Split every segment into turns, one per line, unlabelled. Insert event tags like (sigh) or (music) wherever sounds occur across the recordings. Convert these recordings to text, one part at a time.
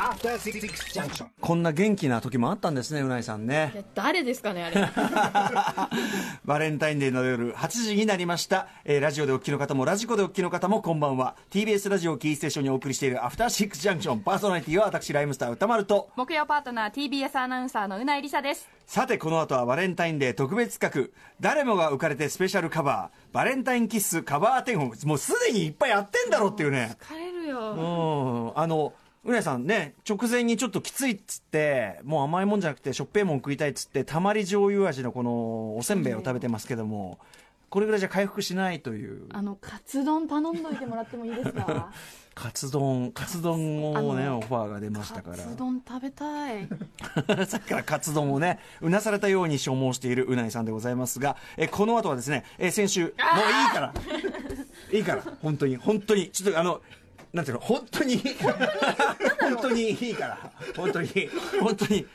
アフターシックスジャンクション
こんな元気な時もあったんですねうないさんね
い
(laughs)
や誰ですかねあれ
(laughs) バレンタインデーの夜8時になりました、えーラジオでお聞きの方もラジコでお聞きの方もこんばんは TBS ラジオをキーステーションにお送りしている「アフターシックスジャンクション」パーソナリティは私ライムスター歌丸と
木曜パートナー TBS アナウンサーのうないりさです
さてこの後はバレンタインデー特別企画誰もが浮かれてスペシャルカバーバレンタインキッスカバー展をもうすでにいっぱいやってんだろうっていうね
疲れるよ、
うんあのうなえさんね直前にちょっときついっつってもう甘いもんじゃなくてしょっぺいもん食いたいっつってたまり醤油味のこのおせんべいを食べてますけどもこれぐらいじゃ回復しないという
あのカツ丼頼んどいてもらってもいいですか
カツ丼カツ丼をね
あの
オファーが出ました
カ
か
ツ丼食べたい
ら (laughs) さっきからカツ丼をねうなされたように消耗しているうなえさんでございますがえこの後はですねえ先週もういいからいいから本当に本当にちょっとあのなんていうの本当にいいから本当にいいから本当に本当に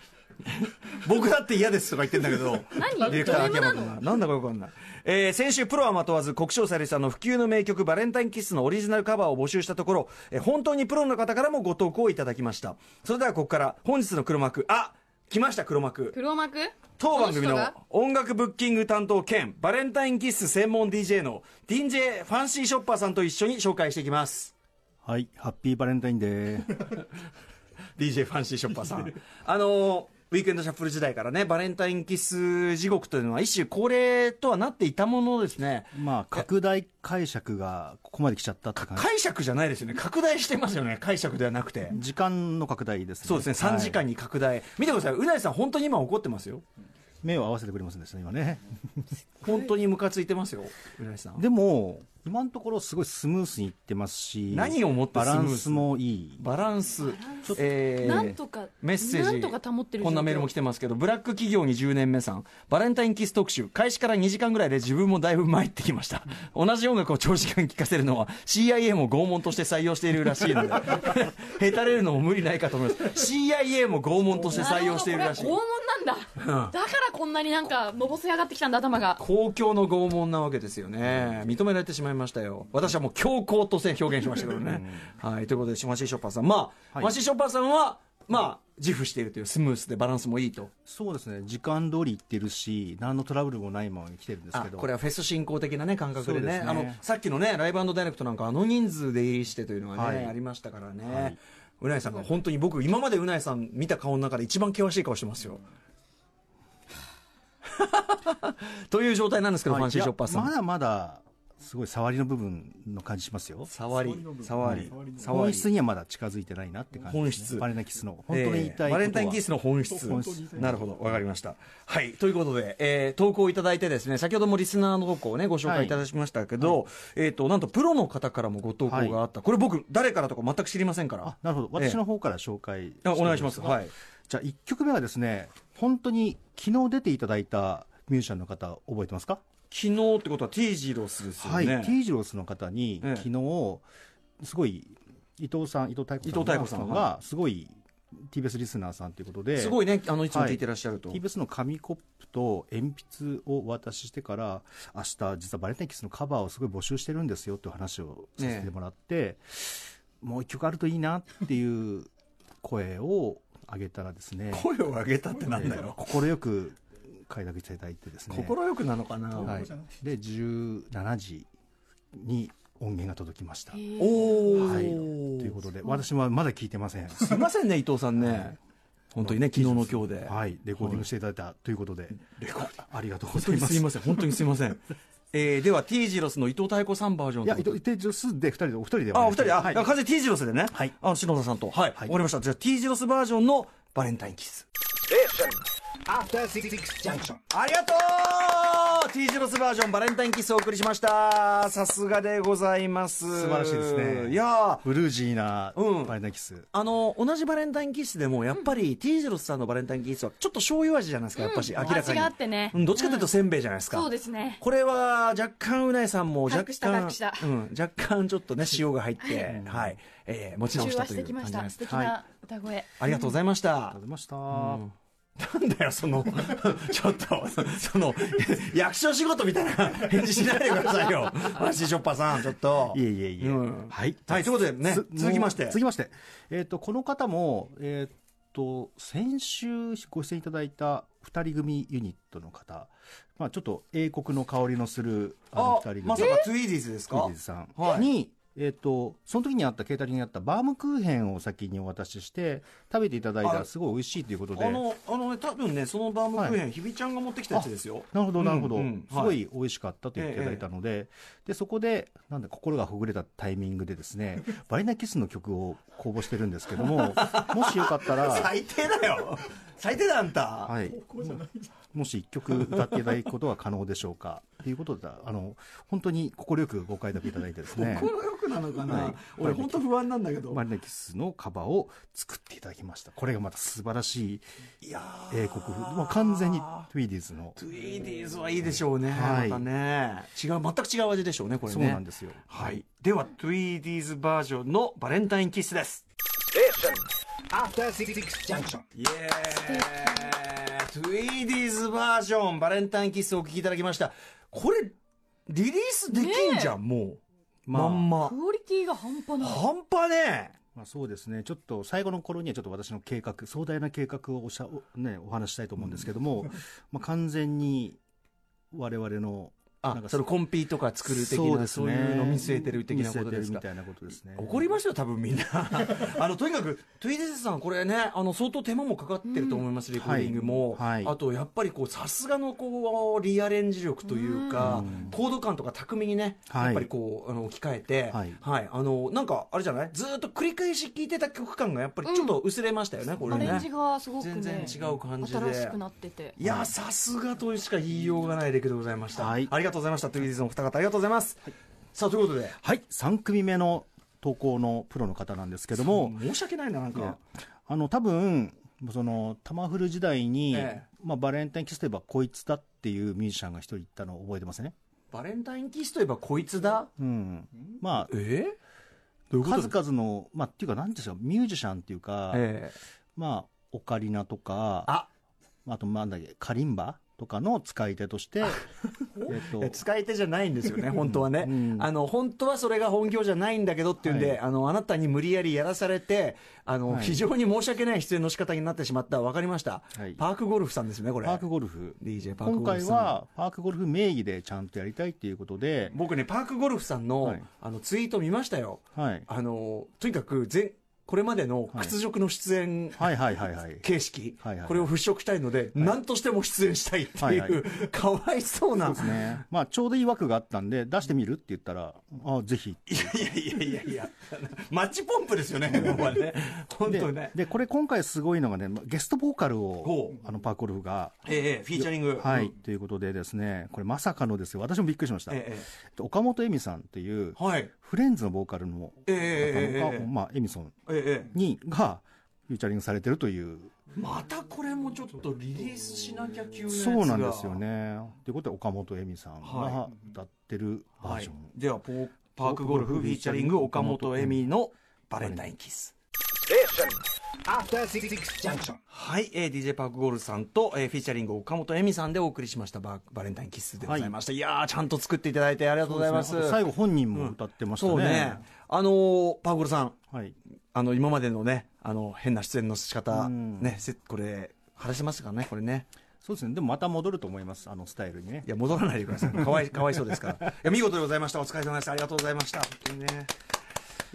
僕だって嫌ですとか言ってんだけど
何
ディレクター秋山君がなんだかよくわかんない、えー先週プロはまとわず国生さゆりさんの不朽の名曲「バレンタインキッス」のオリジナルカバーを募集したところ、えー本当にプロの方からもご投稿いただきましたそれではここから本日の黒幕あ来ました黒幕
黒幕
当番組
こ人
の
が
音楽ブッキング担当兼バレンタインキッス専門 DJ の DJ ファンシーショッパーさんと一緒に紹介していきます
はい、ハッピーバレンタインデ
(laughs)
ー。
DJ ファンシーショッパーさんあのウィークエンドシャッフル時代からねバレンタインキス地獄というのは一種恒例とはなっていたものですね
まあ、拡大解釈がここまで来ちゃったって感じ。
解釈じゃないですよね拡大してますよね解釈ではなくて
時間の拡大ですね。
そうですね3時
はい
間に拡大、見てくださいうなりさん本当に今怒ってますよ
目を合わせてくれますんですね、今ね。
本当にムカついてますようなりさん
でも、今のところすごいスムースにいってますし、
何をもってスムー
バ
ス
ランスもいい。
バランスえー
なんとか
メッセージ
なんとか保ってる
こんなメールも来てますけどブラック企業に10年目さんバレンタインキス特集開始から2時間ぐらいで自分もだいぶ参ってきました同じ音楽を長時間聴かせるのは CIA も拷問として採用しているらしい
(laughs)
のでへたれるのも無理ないかと思います CIA も拷問として採用しているらしい
なるほどこれは拷問なんだ、だからこんなになんかのぼせ上がってきたんだ頭が
公共の拷問なわけですよね、認められてしまいましたよ、私はもう強硬として表現しましたけどね。 (laughs) はい、ということで、マシーショッパーさん、まあ、マシーショッパーさんは、まあ、自負しているという、スムースでバランスもいいと、
そうですね、時間通りいってるし、何のトラブルもないままに来てるんです
あ
けど。
これはフェス進行的な、ね、感覚でね
そうですね
あの、さっきのね、ライブダイレクトなんか、あの人数で入りしてというのはね、
はい
ありましたからね。
はいう
なえさんが本当に僕、今までうなえさん見た顔の中で一番険しい顔してます (laughs) よ。という状態なんですけど、
はい
ファンシーショッパーさん。
いやまだまだ、すごい触りの部分の感じしますよ。
触り、触り、触
本
り。
質にはまだ近づいてないなって感じですね、
本質
バレンタインキスの本当に言いたいことは、
えーバレンタインキースの本質なるほどわかりましたはいということで、えー投稿いただいてですね先ほどもリスナーの投稿をねご紹介いただきましたけど、えっ、となんとプロの方からもご投稿があった、これ僕誰からとか全く知りませんから
あなるほど
ええ
私の方から紹介して
あ
み
お願いします
が
はい
じゃあ1曲目はですね本当に昨日出ていただいたミュージシャンの方覚えてますか、
昨日ってことは T ジロスですよ
はい
ね、
ティージロスの方に、
ええ
昨日すごい伊藤さん伊藤太
伊藤太
子
鼓
さ
さん
んが
は
すごい TBS リスナーさんということです
ごいねあのいつも聞いてらっしゃると、
TBS の紙コップと鉛筆をお渡ししてから明日実はバレンタインキスのカバーをすごい募集してるんですよっていう話をさせてもらって、もう一曲あるといいなっていう声を上げたらですね
声を上げたってなんだよ
快く快諾していただいてですね
心よくなのかな、
はい、で17時に音源が届きました、
おお、
はい、ということで私はまだ聞いてません
すいませんね伊藤さんね、本当にね昨日の今日で、
はい、レコーディングしていただいたということで、ありがとうご
本当
ざい
に
ますす。
いません、本当にすいません。えー、では、T ジロスの伊藤太子さんバージョン
い
と
や、伊藤、伊藤ジョスで、二人で、お二人で。
あ、お二人、あ、
はい。
風 T ジロスでね。
はい
あの、篠田さんと。はい。わ、
はい
かりました。じゃあ、T ジロスバージョンのバレンタインキス。
アフターシックスジャンクション
ありがとう !T ジロスバージョンバレンタインキスをお送りしました。さすがでございます。
素晴らしいですね。
いやー、
ブルージーな、
うん
バレンタインキス。
あの同じバレンタインキッスでもやっぱり T ジロスさんのバレンタインキッスはちょっと醤油味じゃないですか、やっぱし明らかに
味があってね
うん、どっちかというとせんべいじゃないですか、
そうですね
これは若干うないさんも若
軽くした
干
軽くした
うん、若干ちょっとね塩が入って、はいえー持ち直
中
した
和
と
し
い
て
う
き
感
まし
じなん
た
です
素敵
はい
な歌声、
ありがとうございました
ありがとうございました。
なんだよ、その、 (laughs) ちょっと、その、 (laughs) 役所仕事みたいな返事しないでくださいよ。マジショッパさん、ちょっと。
いえいえいえ。
うん
はい。
はい、ということでね
つ、
続きまして。
続きまして。えっ、と、この方も、えっ、と、先週ご出演いただいた二人組ユニットの方。まあ、ちょっと英国の香りのする、あの
あ
二人組。、
まさかツイーディーズです
クイ
か
ズさん
はい
に、えっ、と、その時にあった、ケータリングにあったバームクーヘンを先にお渡しして、食べていただいた
あ
らすごい美味しいということで。
あの、あのね、多分ね、そのバームクーヘン、ひびちゃんが持ってきたやつですよ。
なるほど、なるほど、
うんうん
すごい美味しかったと言っていただいたので、で、そこで、なんだ、心がほぐれたタイミングでですね、 (laughs) バリナキスの曲を公募してるんですけど
(laughs)
も、もしよかったら、
最低だよ。最低だ、あんた。
はい、もし一曲歌っていただくことは可能でしょうかということで、あの、本当に快くご快諾いただいてですね、
心よくなのか
は
ない俺、本当不安なんだけど
バ。リナキスのカバーを作っていただきました。これがまた素晴らしい
いやー
英国風、まあ、完全にトゥイーディーズの、
ツイーディーズはいいでしょうね。
はい
またね。違う、全く違う味でしょうね、これ
そ
ね。
うなんですよ。
はい。では、トゥイーディーズバージョンのバレンタインキッスです。
Station. After six junction.
イエーイトゥイーディーズバージョン、バレンタインキッスをお聞きいただきました。これ、リリースできんじゃん、もう。ま
まあ
んま。
クオリティが半端ない。
半端ねえ。
まあ、そうですね、ちょっと最後の頃にはちょっと私の計画、壮大な計画をおしゃお,、ね、お話ししたいと思うんですけ
(laughs)
ども、まあ完全に我々の、
あ
なん、か
そのコンピとか作る的
そう
な、
です
そう
ね
いうの見据えてる的なことです
見据
か
えてるみたいなことですね。
怒りましたよ、多分みんな。 (laughs) あの、とにかく、トゥイディーズさん、これね、あの、相当手間もかかってると思います、レコーディングも。
はいはい
あと、やっぱりこう、さすがのこう、リアレンジ力というか、コード感とか巧みにね、
はい
やっぱりこう、あの、置き換えて、は
はいい。
あの、なんか、あれじゃないずーっと繰り返し聴いてた曲感が、やっぱりちょっと薄れましたよね、これ
ア
ね。
レンジがすごくね
全然違う感じで
新しくなってて
いや、さすがとしか言いようがない出来でございました。
はい
ありがとうございました。トゥイディーズのお二方、ありがとうございます。さあ、ということで、
はい、3組目の投稿のプロの方なんですけども、
申し訳ないな、なんか。
あの多分そのタマフル時代に、
ええ
まあ、バレンタインキスといえばこいつだっていうミュージシャンが一人いたのを覚えてますね。
バレンタインキッスといえばこいつだ
うん、まあ
えどういうこと
数々の、まあ、っていうか、なんていうんですか、ミュージシャンっていうか、
ええ
まあ、オカリナとか、
あ
あと、なんだっけ、カリンバとかの使い手として、 (laughs) えっと、
使い手じゃないんですよね、本当はね、
うん
あの本当はそれが本業じゃないんだけどっていうんで、
はい
あのあなたに無理やりやらされてあの、
はい
非常に申し訳ない出演の仕方になってしまった、分かりました、
はい
パークゴルフさんですね、これ、
パークゴルフ。
DJ パーク
今
ゴル
回
フさん、
は、パークゴルフ名義でちゃんとやりたいっていうことで、
僕ね、パークゴルフさんの,、
はい
あのツイート見ましたよ、
はい。
あのとにかく全これまでの屈辱の出演
はいはいはいはい。
形式、
はいはい
これを払拭したいので、何としても出演したいっていう、
はいは
かわいそうな。
ですね。まあ、ちょうどいい枠があったんで、出してみるって言ったら、あぜひ。
いやいやいやいや、マッチポンプ
(laughs)
ですよね、ここはね。本
で
当ね、。
で、これ今回すごいのがね、ゲストボーカル
ほ
を、あの、パークゴルフが、
ええフィーチャリング。
はい、ということでですね、これまさかのですよ。私もびっくりしました。
ええ
岡本恵美さんっていう、
はい。
フレンズのボーカルの、
ええええええ
まあ、エミソン
ええ
にがフューチャリングされてるという、
またこれもちょっとリリースしなきゃ急なやつが
そうなんですよ。ね。ということで岡本恵美さん
は
が歌ってるバー
は
ジ
い
ョン、。
では、ポーパークゴルフフィーチャリング岡本恵美のバレンタインキス。
Station. After six junction.
はい、えー、DJ パークゴールさんと、えー、フィーチャリング岡本恵美さんでお送りしましたババレンタインキッスでございました、い、やーちゃんと作っていただいてありがとうございます
あと最後本人も歌ってましたね。
そうねあのーパークゴールさん
はい。
あの今までのねあの変な出演の仕方
うん
ねせこれ話せますかねこれね
そうですね。でもまた戻ると思います。あのスタイルにね
い。や戻らないでくださいかわい (laughs) かわいそうですからいや見事でございましたお疲れ様でしたありがとうございました本当にね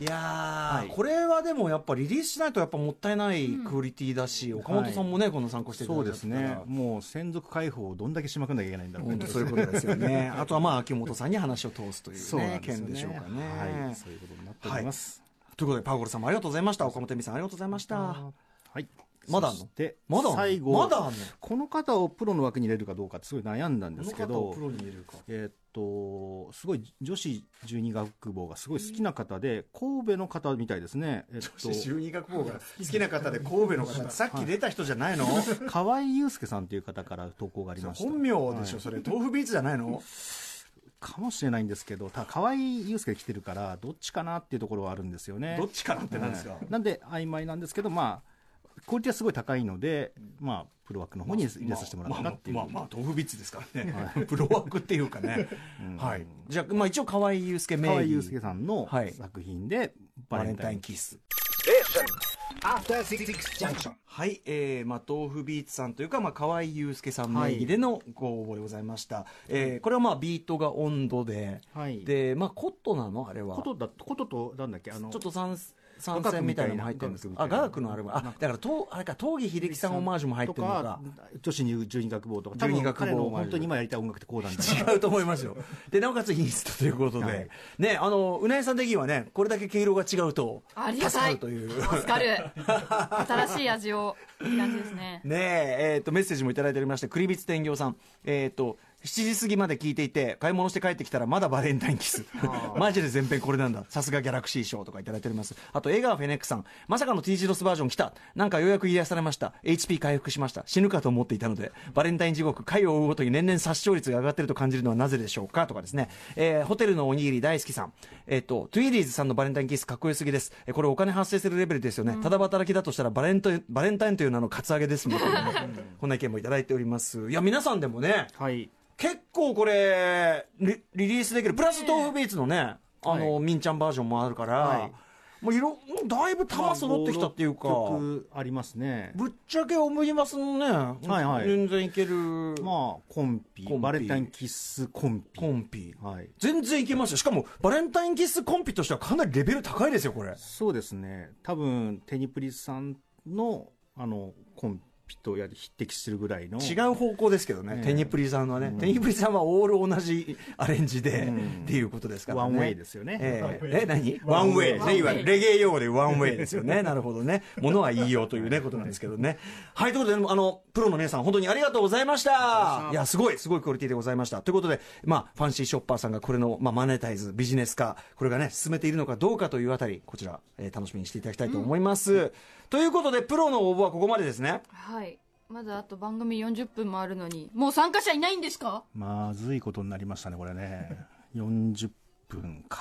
いやー、これはでもやっぱリリースしないとやっぱもったいないクオリティだし、岡本さんもね、この参考していただ
そ
いうた
ですね。もう専属解放をどんだけしまくんなきゃいけないんだろう
本当そういうことですよねあとはまあ秋元さんに話を通すという,、ね
そうなんですよ
件
ね。
でしょうかね、
はい。そういうことになっております。
ということでパーゴルさんもありがとうございました岡本恵美さんありがとうございました
はい。
まだあんの
そして、
まだあんの
最後、
まだあんの
この方をプロの枠に入れるかどうかってすごい悩んだんです
こ
け
の方
ど
を、プロに入れるか
えーっと、すごい女子十二学部がすごい好きな方で、神戸の方みたいですね。え
そして
ーっ
中二学校が好きな方で神戸の方さっき出た人じゃないの
と、河合祐介さんという方から投稿がありました。
本名でしょそれ豆腐ビーツじゃないの
かもしれないんですけど、ただ河合祐介来てるから、どっちかなっていうところはあるんですよね。
どっちかなってなんですか
はいなんで、曖昧なんですけど、まあ、クオリティはすごい高いので、まあ、プロ枠の方に入れさせてもらったなっていう。
まあまあまあ、豆腐ビッチですからね、プロ枠っていうかね、はい、じゃあ、まあ、一応河合祐介名
河合
義
祐介さんの
はい
作品で、
バ
バ
レ
レ
ン
ン
タ
タ
イ
イ
ン
ン
キス
Station. After six junction.
はい、えー、まあ、豆腐ビーツさんというか、まあ、河合祐介さん名義でのご応募でございました。えーこれはまあ、ビートが温度で、
はい
で、まあ、コットなのあれは。
ことだことと、なんだっけ、あの、
ちょっと参参戦みたいなのも入ってるんですけど、あ、雅楽のあれは、あ、だから、とうあれか、東儀秀樹さんオマージュも入ってるのか。
とか女子入十二学坊とか、
十
多
二
分
学坊
彼の本当に今やりたい音楽ってこうなんだ
(laughs)
な
違うと思いますよ。で、なおかつインスタということで、
はい
ね、あの、うなえさん的にはね、これだけ毛色が違うと、
あり
助
が
か
た
る
い
という。
助かる新しい味をいい感じですね
ねえ、えーと、メッセージもいただいておりまして、栗光天行さん、えっ、と、7時過ぎまで聞いていて、買い物して帰ってきたらまだバレンタインキス。マジで全編これなんだ。さすがギャラクシー賞とかいただいております。あと、江川フェネックさん、まさかの T 字ロスバージョン来た。なんかようやく癒やされました。HP 回復しました。死ぬかと思っていたので、バレンタイン地獄、回を追うごとに年々殺傷率が上がってると感じるのはなぜでしょうかとかですね、えーホテルのおにぎり大好きさん、えっ、と、トゥイリーズさんのバレンタインキスかっこよすぎです。えーこれお金発生するレベルですよね。ただ働きだとしたらバレンタイン、バレンタインという名のカツアゲです
(laughs)
もん、こんな意見もいただいております。いや、皆さんでもね、
はい。
結構これリリリースできるプラス豆腐ビーツのねあの、
は
みんちゃんバージョンもあるから、
はい
もういろだいぶ
ま
玉揃ってきたっていうか、
曲ありますね。
ぶっちゃけ思いますのね、
いはい
全然いける、
まあ、コンピ、
コンピ
バレンタインキスコンピ。
コンピ
はい。
全然いけますよしかもバレンタインキスコンピとしてはかなりレベル高いですよこれ
そうですね。多分、テニプリさんの、あの、コンピとやり匹敵するぐらいの。
違う方向ですけどね、
ええ
テニプリさんはね、テニプリさんはオール同じアレンジで、
うん
っていうことですからね
ワンウェイですよね。
えーえ、何ワンウェイ。レイはレゲエ用語でワンウェイですよね。 (laughs) なるほどね。ものは言いようというね、ことなんですけどね。 (laughs) はい、ということで、あの、プロの皆さん、本当にありがとうございました。いや、すごい、すごいクオリティでございました。ということで、まあ、ファンシーショッパーさんがこれの、まあ、マネタイズ、ビジネス化、これがね、進めているのかどうかというあたり、こちら、えー楽しみにしていただきたいと思います。ということで、プロの応募はここまでですね。
はいまだあと番組40分もあるのにもう参加者いないんですか
まずいことになりましたね、こ
(laughs)
れね。40分か。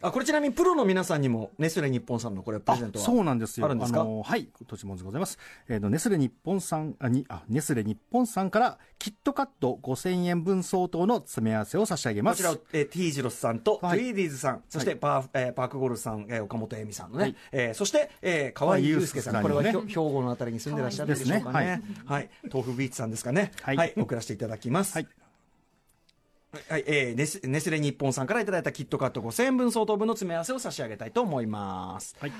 あ、これちなみにプロの皆さんにも、ネスレ日本さんのこれ、プ
あ
レゼントは。
そうなんですよ。
あるんですか
のはい、土地もんでございます。えっ、と、ネスレ日本さん、あ、に、あ、ネスレ日本さんから、キットカット5000円分相当の詰め合わせを差し上げま
こち
す。
らを、えー、ティージロスさんと、
はい
トゥイーディーズさん、そしてパー,、えーパークゴルフさん、えー岡本恵美さんのね、
はい
えーそして、えー、河合祐介さん、
河合
これは
祐介
ひ
さん
ょ
に
兵庫のあたりに住んでらっしゃるんでしょうか
河合
ね。はい、豆腐ビーチさんですかね。は、
はいい
送らせていただきます。は
はいい、
はいえーネスネスレ日本さんからいただいたキットカット5000円分相当分の詰め合わせを差し上げたいと思います。
はい。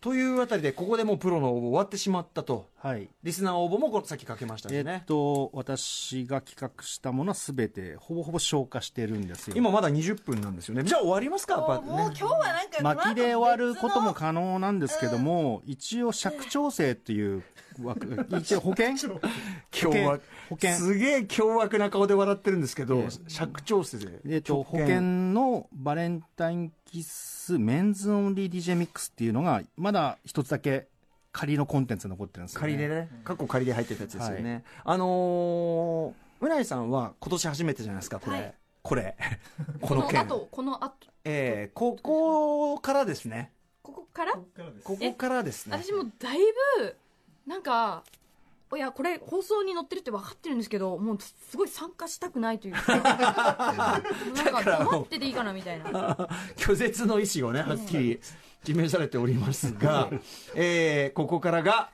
というあたりで、ここでもうプロの応募終わってしまったと。
はい。
リスナー応募もこの先かけましたし
えっ、
ね。
と、私が企画したものは全て、ほぼほぼ消化してるんですよ。
今まだ20分なんですよね。じゃあ終わりますか、やっぱね
もう今日はなんか
巻きで終わることも
こ
可能なんですけども、一応尺調整っていう
(laughs)
枠、一応保険
今日は
保険
すげえ凶悪な顔で笑ってるんですけど、尺調整で、
えっと、保険のバレンタインキスメンズオンリー DJ ミックスっていうのが、まだ一つだけ仮のコンテンツが残ってるんですよ、ね。
仮でね過去仮で入ってたやつですよね、あのー、うないさんは今年初めてじゃないですかこれ、
はい
こ
(laughs)
れこ
こ
の
の
件
後この後
えー、ここからですね
ここから
ここからですね
私もだいぶなんかいやこれ放送に載ってるって分かってるんですけどもうすごい参加したくないという
(laughs)
かなんか黙ってていいかなみたいな
拒絶の意思をねはっきり示されておりますが、えー、ここからが、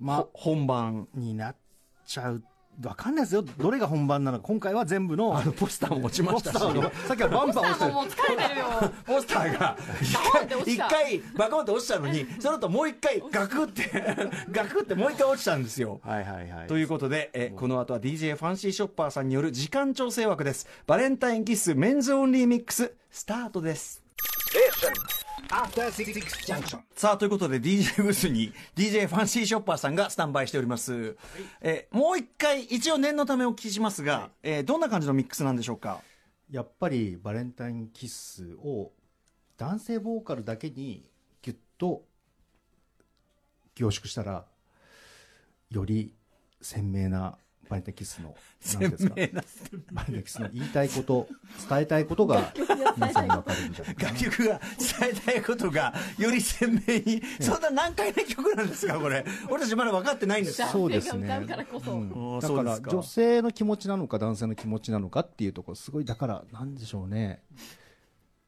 ま
ほ本番
あ、になっちゃう。わかんないですよ。どれが本番なのか。今回は全部の、
あのポスターも落ちま
ポ
した
スタ
し
ーの、さっきはバンバン押して
もう
る
もう疲れてるよ
ポスターが
バコンって落
一
ちた
回バコンって落ちたのにその後もう一回ガクってガクってもう一回落ちたんですよ。
はいはいはい。
ということで、えーこの後は DJ ファンシーショッパーさんによる時間調整枠です。バレンタインキッスメンズオンリーミックススタートです。
Station. After six junction.
さあ、ということで DJ ブースに DJ ファンシーショッパーさんがスタンバイしております。えーもう一回、一応念のためお聞きしますが、えーどんな感じのミックスなんでしょうか
やっぱりバレンタインキッスを男性ボーカルだけにギュッと凝縮したらより鮮明なバレンタインキッスの、
鮮
なんていうんです
明
か、
な
バレンタインキッスの言いたいこと、伝えたいこ
(laughs)
とが、皆さんに分かるみたいな。
楽曲が伝えたいことがより鮮明に、そんな難解な曲なんですか、これ、俺たちまだ分かってないんですか、
そ
(laughs)
うです
が
ね
歌うからこ。そ
うん
あー
だ
そ
か
うで
ら
すか
女性の気持ちなのか男性の気持ちなのかっていうところすごいだからなんでしょうね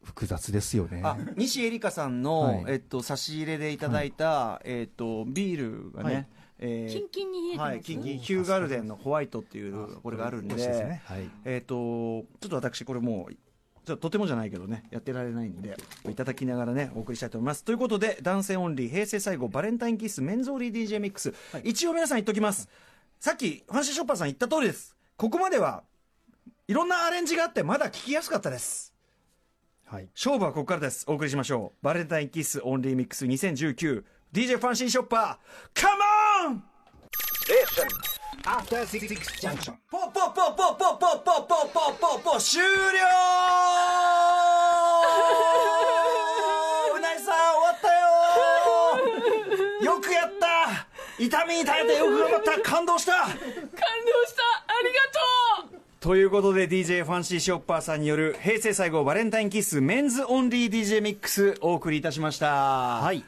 複雑ですよね。
あ西エリカさんの、
はい
えっと、差し入れでいただいた、えっと、ビールがね、
はい
えー
キンキンに冷えてます
はい、キンキンヒューガルデンのホワイトっていうこれがあるんで
美味しいですねはい
えっとちょっと私これもうちょっととてもじゃないけどねやってられないんでいただきながらねお送りしたいと思いますということで男性オンリー平成最後バレンタインキッスメンズオンリー DJ ミックス、一応皆さん言っときます、さっきファンシーショッパーさん言った通りですここまではいろんなアレンジがあってまだ聞きやすかったです
はい
勝負はここからです。お送りしましょう。バレンタインキッスオンリーミックス 2019DJ ファンシーショッパー、カモン
Station. After Six Six Junction.
ポッポッポッポッポッポッポッポッポッポッポッ終了うないさん終わったよよくやった痛みに耐えてよく頑張った感動した
感動したありがとう
ということで DJ ファンシーショッパーさんによる平成最後バレンタインキッスメンズオンリー DJ ミックスお送りいたしました。は
はい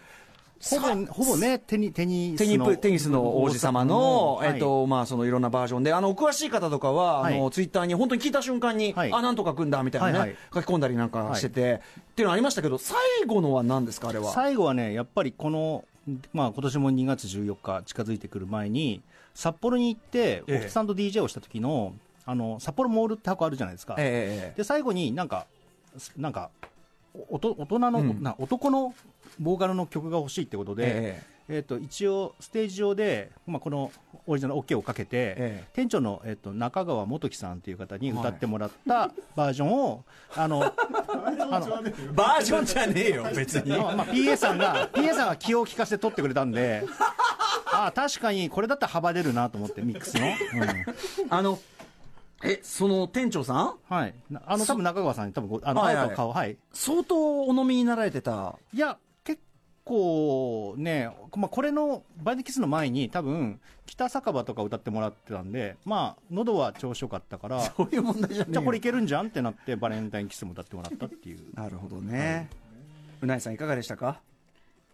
ほぼほぼねテニテニ
テ
ス
ニ
の
プテニスの王子様の、
はい
えっと、まあ、そのいろんなバージョンで、あの、お詳しい方とかは、
はい
あの、ツイッターに本当に聞いた瞬間に、
はい
あ、なんとか組んだみたいなね、
はいはい
書き込んだりなんかしてて、っていうのありましたけど、最後のは何ですか、あれは。
最後はねやっぱりこのまあ今年も2月14日近づいてくる前に札幌に行って
ええ
オフサンド DJ をした時のあの札幌モールって箱あるじゃないですか。
ええ
で最後になんかすなんかおおと大人の、
ん
な男のボーカルの曲が欲しいってことで、
え
えーと一応ステージ上で、まあ、このオリジナル OK をかけて、
ええ
店長の、えー、と中川元樹さんという方に歌ってもらったバージョンを、あ
(laughs)
のあの
バージョンじゃねえ
(laughs)
よ、別に。
まあまあ、PA さんが PA さんが気を利かせて撮ってくれたんでああ確かにこれだったら幅出るなと思ってミックスの、うん
あの、え、その店長さん
はい、なあの多分中川さんに多分ごあの
はいはい
顔と顔はい
相当お飲みになられてた。
いや、結構ね、まあ、これのバイデキスの前に、多分北酒場とか歌ってもらってたんで、まあ、喉は調子よかった (laughs) から、じ
こういう問題じゃねえ
ゃ
よ
あこれいけるんじゃんってなって、バレンタインキスも歌ってもらったっていう。
なるほどね。うなえさんいかがでしたか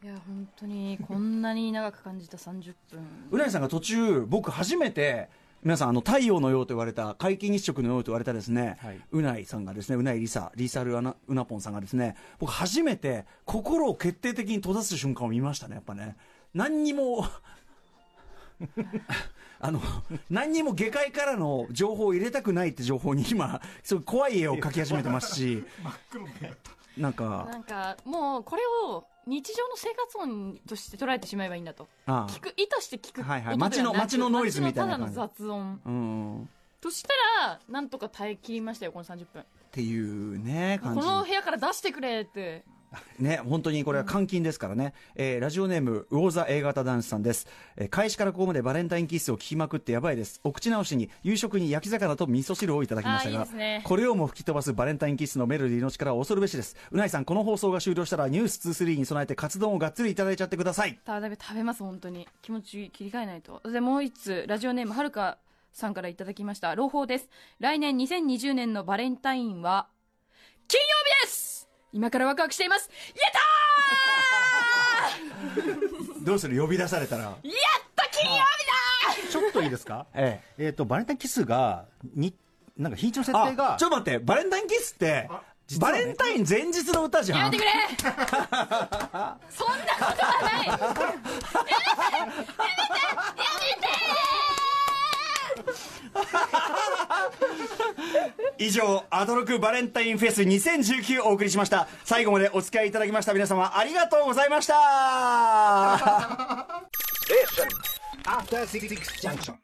いや本当にこんなに長く感じた30分
うなぎさんが途中、僕初めて、皆さん、あの、太陽のようと言われた、皆既日食のようと言われたですね、
はいう
ないさんがですね、うないりさ、リーサルアナうなぽんさんがですね、僕初めて心を決定的に閉ざす瞬間を見ましたね、やっぱね。何にも、あの、何にも下界からの情報を入れたくないって情報に今、そう怖い絵を描き始めてますし、なんか、
なんかもうこれを日常の生活音として捉えてしまえばいいんだと
あ
聞く意図して聞く音で
はいはい
なく
街の街のノイズみたいな
街
感
のた
じ
だの雑音
あ、うん、っ
としたらなんとか耐えきりましたよこの30分
ていうね、
こ
感じ。
の部屋から出してくれって
ね、本当にこれは監禁ですからね。えーラジオネーム、魚座 A 型男子さんです。えー開始からここまでバレンタインキッスを聞きまくってやばいです。お口直しに、夕食に焼き魚と味噌汁をいただきました
あーい
が、
いですね
これをも吹き飛ばすバレンタインキッスのメロディーの力は恐るべしです。うないさん、この放送が終了したら、ニュース2-3に備えてカツ丼をがっつりいただいちゃってください。
ただ食べます本当に気持ち切り替えないとでもう一つラジオネームはるかさんからいただきました朗報です来年2020年のバレンタインは金曜日です今からワクワクしていますやった
どうする呼び出されたら。
ーやった金曜
(laughs) ちょっといいですか
ええ。
えっと、バレンタインキスが、に、なんか日にちの設
あ
定が、、
ちょっと待って、バレンタインキッスって、バレンタイン前日の歌じ
や
ゃ
め
ん
て。くれそんなことはないやめてやめて
以上、アドロクバレンタインフェス2019をお送りしました。最後までお付き合いいただきました皆様、ありがとうございました
Station. After Six Six Junction.